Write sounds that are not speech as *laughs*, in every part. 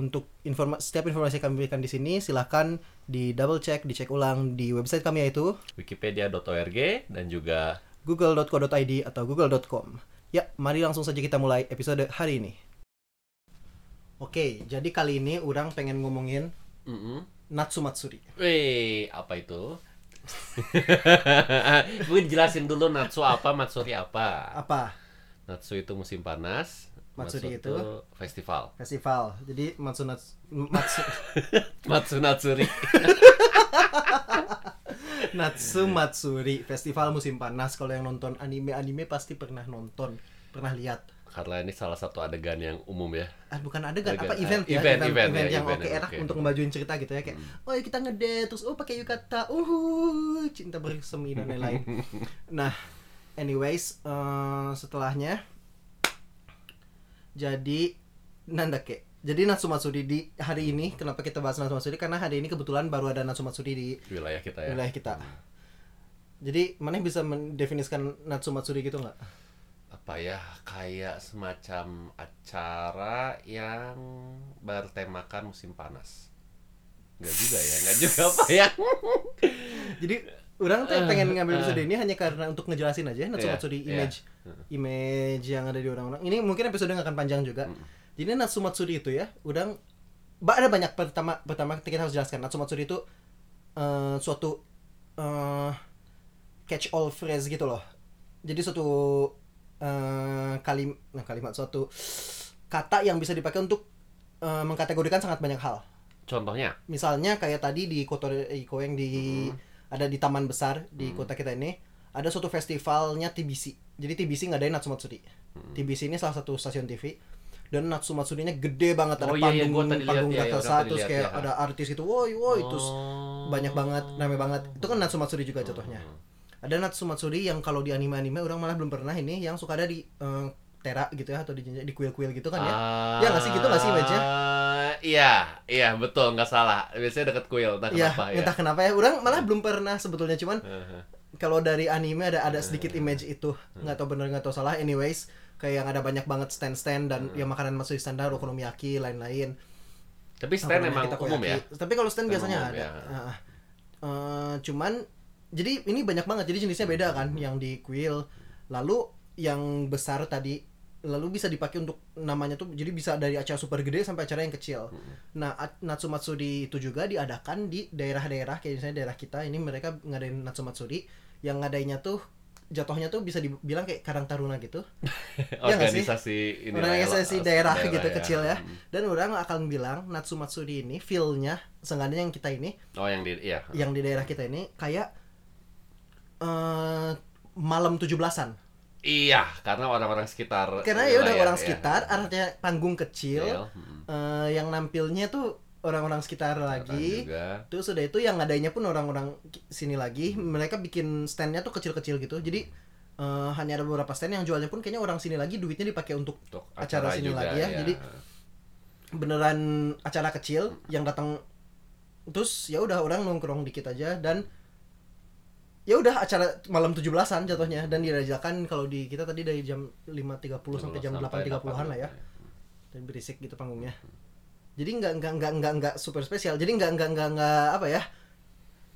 untuk informa setiap informasi yang kami berikan di sini silahkan di double check, dicek ulang di website kami yaitu Wikipedia.org dan juga google.co.id atau google.com. Ya, mari langsung saja kita mulai episode hari ini. Oke, jadi kali ini orang pengen ngomongin Natsumatsuri. Weh, apa *laughs* itu? Mungkin jelasin dulu Natsu apa, Matsuri apa. Apa? Natsu itu musim panas, Matsuri itu? *laughs* festival. Festival. Jadi Matsu Nats- Matsu *laughs* Matsu Natsuri. Natsu Matsuri Festival musim panas. Kalau yang nonton anime-anime pasti pernah nonton, pernah lihat. Karena ini salah satu adegan yang umum ya. Ah, bukan adegan, Adegan. apa event ya? Event, event, event ya, yang event, oke ya, enak oke. Hmm. untuk ngebajuin cerita gitu ya kayak, oh kita ngedate terus oh pakai yukata, uhu cinta bersemi dan *laughs* lain-lain. nah, anyways, eh, setelahnya jadi Nandake. Jadi Natsumatsuri di hari ini kenapa kita bahas Natsumatsuri karena hari ini kebetulan baru ada Natsumatsuri di Wilayah kita ya. wilayah kita. Jadi mana bisa mendefinisikan Natsumatsuri gitu nggak? Apa ya? Kayak semacam acara yang bertemakan musim panas. Enggak juga ya, enggak juga apa ya? Jadi orang tuh Eh, pengen ngambil eh. episode ini hanya karena untuk ngejelasin aja Natsumatsuri Iya, image image yang ada di orang-orang. Ini mungkin episode nggak akan panjang juga. Jadi Natsumatsuri itu ya, udang ba- ada banyak pertama pertama kita harus jelaskan Natsumatsuri itu eh, suatu eh, catch all phrase gitu loh. Jadi suatu eh, kalim nah, kalimat suatu kata yang bisa dipakai untuk eh, mengkategorikan sangat banyak hal Contohnya misalnya kayak tadi di kota Iko yang di ada di taman besar di kota kita ini ada suatu festivalnya TBC jadi TBC nggak ada Natsumatsuri TBC ini salah satu stasiun TV dan Natsumatsuri-nya gede banget ada Oh, iya, iya, panggung gua tadi lihat, panggung iya, iya, raksasa, orang tadi terus lihat, kayak iya. ada artis gitu woi woi terus Oh. banyak banget rame banget itu kan Natsumatsuri juga contohnya ada Natsumatsuri yang kalau di anime-anime orang malah belum pernah ini yang suka ada di eh, tera gitu ya atau di jenjang- di kuil-kuil gitu kan ya Ah, Ya nggak sih? Gitu nggak sih image-nya? Iya, iya betul nggak salah. Biasanya dekat kuil, entah Iya, kenapa ya. entah kenapa ya. Orang malah belum pernah sebetulnya cuman Heeh. kalau dari anime ada ada sedikit image itu nggak tahu bener nggak tahu salah anyways kayak yang ada banyak banget stand stand dan yang makanan masuk di standar okonomiyaki lain-lain Tapi Apa stand namanya, memang kita Iya umum ya. *laughs* koyaki. tapi kalau stand Stand biasanya umum, ada ya. Ah. Eh, cuman jadi ini banyak banget jadi jenisnya beda kan yang di kuil lalu yang besar tadi lalu bisa dipakai untuk namanya tuh jadi bisa dari acara super gede sampai acara yang kecil Hmm. nah at- Natsumatsuri itu juga diadakan di daerah-daerah kayak misalnya daerah kita ini mereka ngadain Natsumatsuri yang ngadainnya tuh jatuhnya tuh bisa dibilang kayak karang taruna gitu Iya nggak sih? Organisasi ini. orang yang lah, sesi ya, daerah, gitu kecil ya Hmm. dan orang akan bilang Natsumatsuri ini feel-nya seenggaknya yang kita ini Oh yang di iya. yang di daerah kita ini kayak eh malam 17-an Iya, karena orang-orang sekitar. karena ya udah wilayah, orang iya. sekitar artinya panggung Iya, kecil hmm. eh, yang nampilnya tuh orang-orang sekitar lagi juga. terus udah itu yang adanya pun orang-orang ki- sini lagi mereka bikin standnya tuh kecil-kecil gitu jadi eh, hanya ada beberapa stand yang jualnya pun kayaknya orang sini lagi duitnya dipakai untuk Untuk acara sini lagi ya, jadi- beneran acara kecil yang datang terus ya udah orang nongkrong dikit aja dan ya udah acara malam 17-an jatuhnya dan dirajakan kalau di kita tadi dari jam 5.30 sampai jam 8.30-an lah ya dan berisik gitu panggungnya jadi nggak nggak nggak nggak nggak super spesial jadi nggak nggak nggak nggak apa ya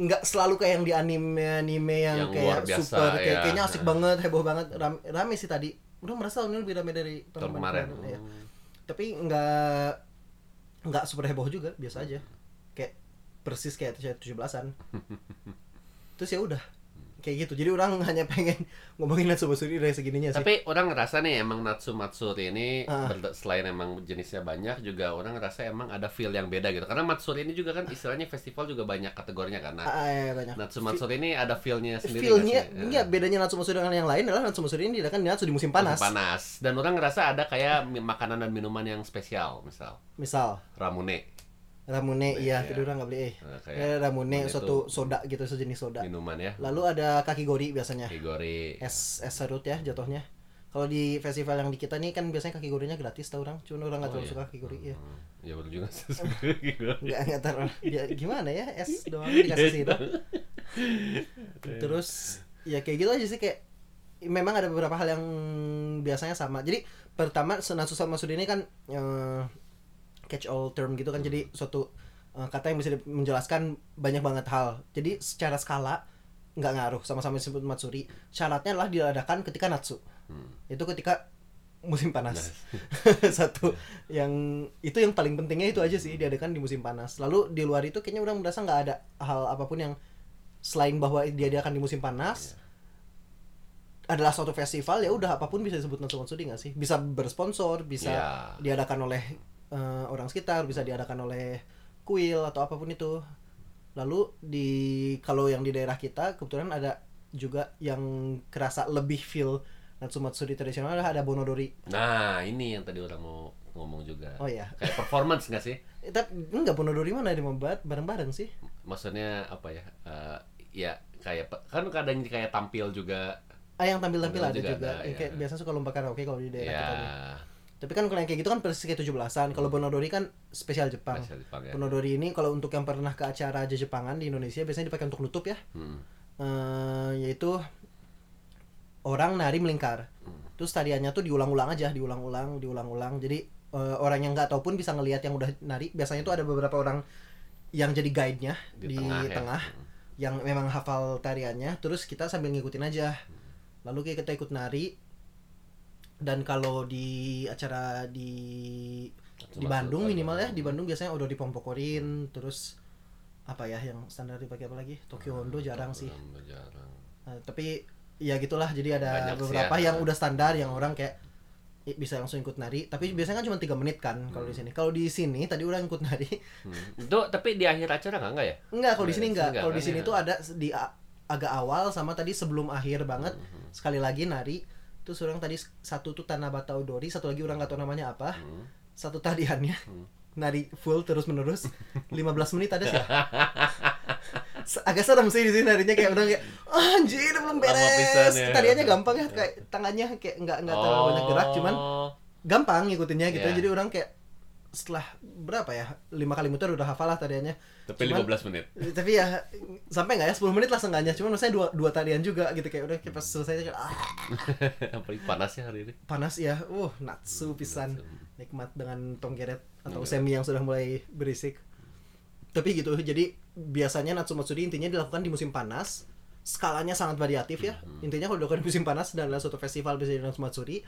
nggak selalu kayak yang di anime anime yang, Yang kayak luar biasa, super kayak, ya. kayaknya asik banget heboh banget rame, rame sih tadi udah merasa tahun ini lebih rame dari Tahun kemarin. Hmm. kemarin, ya tapi nggak nggak super heboh juga biasa aja kayak persis kayak tujuh *laughs* belasan terus ya udah kayak gitu jadi orang *laughs* hanya pengen ngomongin Natsumatsuri dari segininya sih Tapi orang ngerasa nih emang Natsu Matsuri ini Ah. berde- selain emang jenisnya banyak juga orang ngerasa emang ada feel yang beda gitu. Karena Matsuri ini juga kan istilahnya festival juga banyak kategorinya karena Ah, ya, banyak Natsu Matsuri ini ada feel-nya sendiri nggak feelnya sih? Eh, enggak bedanya Natsumatsuri dengan yang lain adalah Natsumatsuri ini diadakan di Natsu di musim panas, panas. Dan orang ngerasa ada kayak mi- makanan dan minuman yang spesial, misal misal ramune. Ramune Ramune, iya iya. tidur nggak beli eh Nah, kayak Eh, Ramune Ramune suatu tuh soda gitu sejenis soda minuman ya lalu ada kakigori biasanya Higori ya. es es serut ya jatuhnya kalau di festival yang di kita nih kan biasanya kakigorinya gratis tau orang cuma orang nggak terlalu suka kakigori ya Oh, Hmm, ya baru juga sih sebenarnya Higori. nggak nggak terlalu ya, gimana ya es doang dikasih sirup terus ya kayak gitu aja sih kayak memang ada beberapa hal yang biasanya sama jadi pertama senang susah maksud ini kan eh, catch all term gitu kan jadi suatu eh, kata yang bisa di- menjelaskan banyak banget hal jadi secara skala nggak ngaruh sama-sama disebut matsuri syaratnya adalah diadakan ketika natsu Hmm. itu ketika musim panas *laughs* satu yang itu yang paling pentingnya itu aja sih diadakan di musim panas lalu di luar itu kayaknya orang merasa nggak ada hal apapun yang selain bahwa diadakan di musim panas adalah suatu festival ya udah apapun bisa disebut Natsu Matsuri nggak sih bisa bersponsor bisa Iya. diadakan oleh eh, orang sekitar bisa diadakan oleh kuil atau apapun itu lalu di kalau yang di daerah kita kebetulan ada juga yang kerasa lebih feel Natsu Matsuri tradisional adalah ada Bonodori Nah ini yang tadi orang mau ngomong juga oh ya Kayak performance nggak sih? Eh, tapi enggak Bonodori mana di bareng-bareng sih Maksudnya apa ya? Eh, ya kayak pe- kan kadang kayak tampil juga ah yang tampil-tampil Tampil ada juga juga, ada, Yang ya. kayak biasanya suka lomba karaoke kalau di daerah ya kita nih. tapi kan kalau yang kayak gitu kan persis kayak 17-an Hmm. kalau Bonodori kan spesial Jepang bahasa Jepang ya. Bonodori ini kalau untuk yang pernah ke acara Jepangan di Indonesia biasanya dipakai untuk nutup ya Hmm. eh yaitu orang nari melingkar. Hmm. Terus tariannya tuh diulang-ulang aja, diulang-ulang, diulang-ulang. Jadi eh, orang yang nggak tahu pun bisa ngelihat yang udah nari. Biasanya tuh ada beberapa orang yang jadi guide-nya Di di, tengah ya. tengah yang memang hafal tariannya. Terus kita sambil ngikutin aja. Lalu kita ikut nari. Dan kalau di acara di di Bandung minimal ya di Bandung biasanya udah dipompokorin terus apa ya yang standar dipakai apa lagi Tokyo Hondo jarang sih Ah, Hondo jarang. Nah, tapi ya gitulah jadi ada Banyak sih beberapa ya. yang udah standar yang orang kayak i- bisa langsung ikut nari Hmm. tapi biasanya kan cuma tiga menit kan kalau di sini kalau di sini tadi orang ikut nari *laughs* Hmm. Itu tapi di akhir acara nggak nggak ya? enggak kalau di sini Nggak, di sini enggak nggak kalau di kan, sini ya. tuh ada s- di a- agak awal sama tadi sebelum akhir banget sekali lagi nari terus orang tadi s- satu tuh Tanabata Odori satu lagi orang nggak tahu namanya apa Hmm. satu tariannya nari full terus *laughs* menerus 15 menit ada sih ya? Se- agak serem sih di sini narinya kayak udah kayak "Ah, anjir belum Lama beres pisan ya. Oh. tariannya gampang ya kayak tangannya kayak nggak nggak terlalu banyak gerak cuman gampang ngikutinnya gitu Iya. jadi orang kayak setelah berapa ya lima kali muter udah hafal lah tariannya tapi Cuman- 15 menit. *laughs* tapi ya sampai nggak ya 10 menit lah seenggaknya cuman maksudnya dua dua tarian juga gitu kayak udah kayak pas selesai kayak, ah Apalagi panasnya hari ini. panas ya uh natsu pisan nikmat dengan tong geret atau semi yang sudah mulai berisik. Tapi gitu, jadi biasanya Natsu Matsuri intinya dilakukan di musim panas. Skalanya sangat variatif ya. Intinya kalau dilakukan di musim panas dan adalah suatu festival bisa di Natsu Matsuri.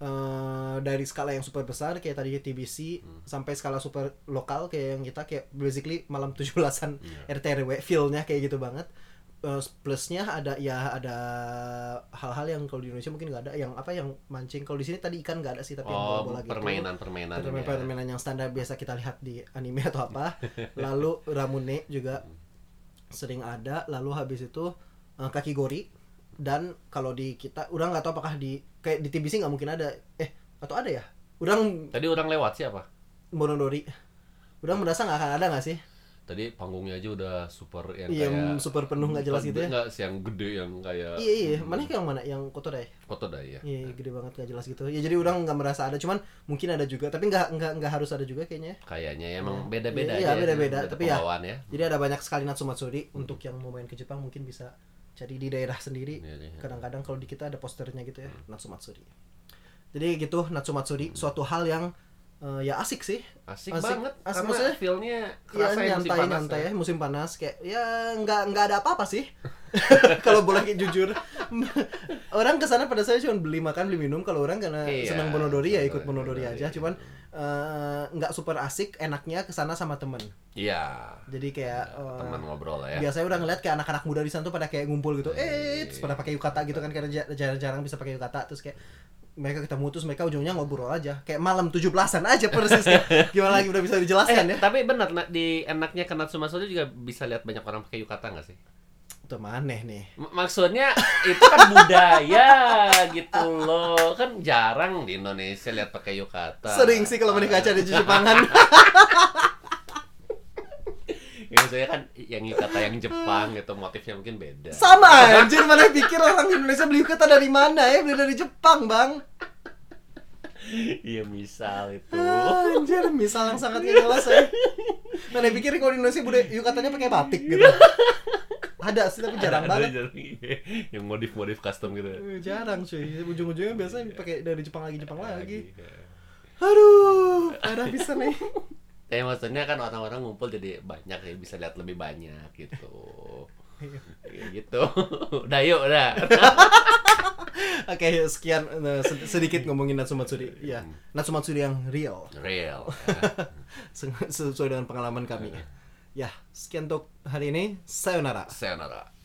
eh, dari skala yang super besar kayak tadi TBC sampai skala super lokal kayak yang kita kayak basically malam Hmm. 17-an RTRW feel-nya kayak gitu banget. Eh, plusnya ada ya ada hal-hal yang kalau di Indonesia mungkin nggak ada yang apa yang mancing kalau di sini tadi ikan nggak ada sih tapi yang Oh, bola-bola gitu permainan-permainan. permainan ya. permainan yang standar biasa kita lihat di anime atau apa lalu ramune juga sering ada lalu habis itu eh, kakigori dan kalau di kita udah nggak tahu apakah di kayak di TBC nggak mungkin ada eh atau ada ya orang Tadi orang lewat siapa? monodori udah merasa nggak akan ada nggak sih Tadi panggungnya aja udah super yang Iya, kayak super penuh, nggak jelas gitu ya? Nggak sih, yang gede yang kayak iya iya mana yang mana yang kotor ya foto dah ya. iya iya, gede banget nggak jelas gitu ya jadi orang nggak merasa ada cuman mungkin ada juga tapi nggak nggak nggak harus ada juga kayaknya Kayaknya ya, emang beda-beda Iya, aja. ya, beda-beda, tapi ya- pembawaan ya. Jadi ada banyak sekali Natsu Matsuri Hmm. untuk yang mau main ke Jepang mungkin bisa cari di daerah sendiri. Sendiri, ya. Kadang-kadang kalau di kita ada posternya gitu ya, Hmm. Natsu Matsuri. Jadi gitu Natsu Matsuri suatu hal yang eh, ya asik sih. Asik, Asik- banget. asik, karena maksudnya- feel-nya Ya kerasa yang musim nyantai panas. nyantai ya. ya musim panas kayak ya nggak nggak ada apa-apa sih. *laughs* kalau boleh jujur *laughs* orang kesana pada saya cuma beli makan beli minum kalau orang karena Iya, senang monodori ya ikut senang monodori monodori, aja iya. cuman eh, nggak super asik enaknya kesana sama temen Iya. jadi kayak eh, Teman ngobrol Iya, lah ya. Iya, biasanya udah ngeliat kayak anak-anak muda di sana tuh pada kayak ngumpul gitu eh terus pada pakai yukata gitu kan karena jar- jarang-jarang bisa pakai yukata terus kayak mereka ketemu terus mereka ujungnya ngobrol aja kayak malam 17-an aja persis *laughs* Kayak gimana lagi udah bisa dijelaskan ya Eh, tapi benar na- di enaknya ke Natsu Matsuri juga bisa lihat banyak orang pakai yukata nggak sih? tuh maneh nih M- maksudnya itu kan budaya gitu loh. Kan jarang di Indonesia lihat pakai yukata. *laughs* kan. sering sih kalau menikah acara di Jepangan ya maksudnya kan yang yukata yang Jepang gitu motifnya mungkin beda Sama anjir mana pikir orang Indonesia beli yukata dari mana ya? Beli dari Jepang, Bang. iya misal itu Ah, Anjir, misal yang sangat gak jelas ya. Mana pikir kalau di Indonesia budaya yukatanya pakai batik gitu. Ada sih tapi *laughs* jarang Ada- ada banget. jarang, iya. yang modif modif custom gitu Eh, Jarang cuy. Ujung-ujungnya biasanya pakai dari Jepang lagi Jepang Iya. lagi. Iya. Aduh, *laughs* parah bisa nih. Ya maksudnya kan orang-orang ngumpul jadi banyak ya bisa lihat lebih banyak *laughs* gitu. Iya. Ya, gitu. *laughs* udah yuk *laughs* udah. Oke, sekian eh, sed- sedikit ngomongin Natsumatsuri. Ya, Natsumatsuri yang real. Real. Iya. Se- sesuai dengan pengalaman kami. Ya, sekian untuk hari ini. Sayonara. Sayonara.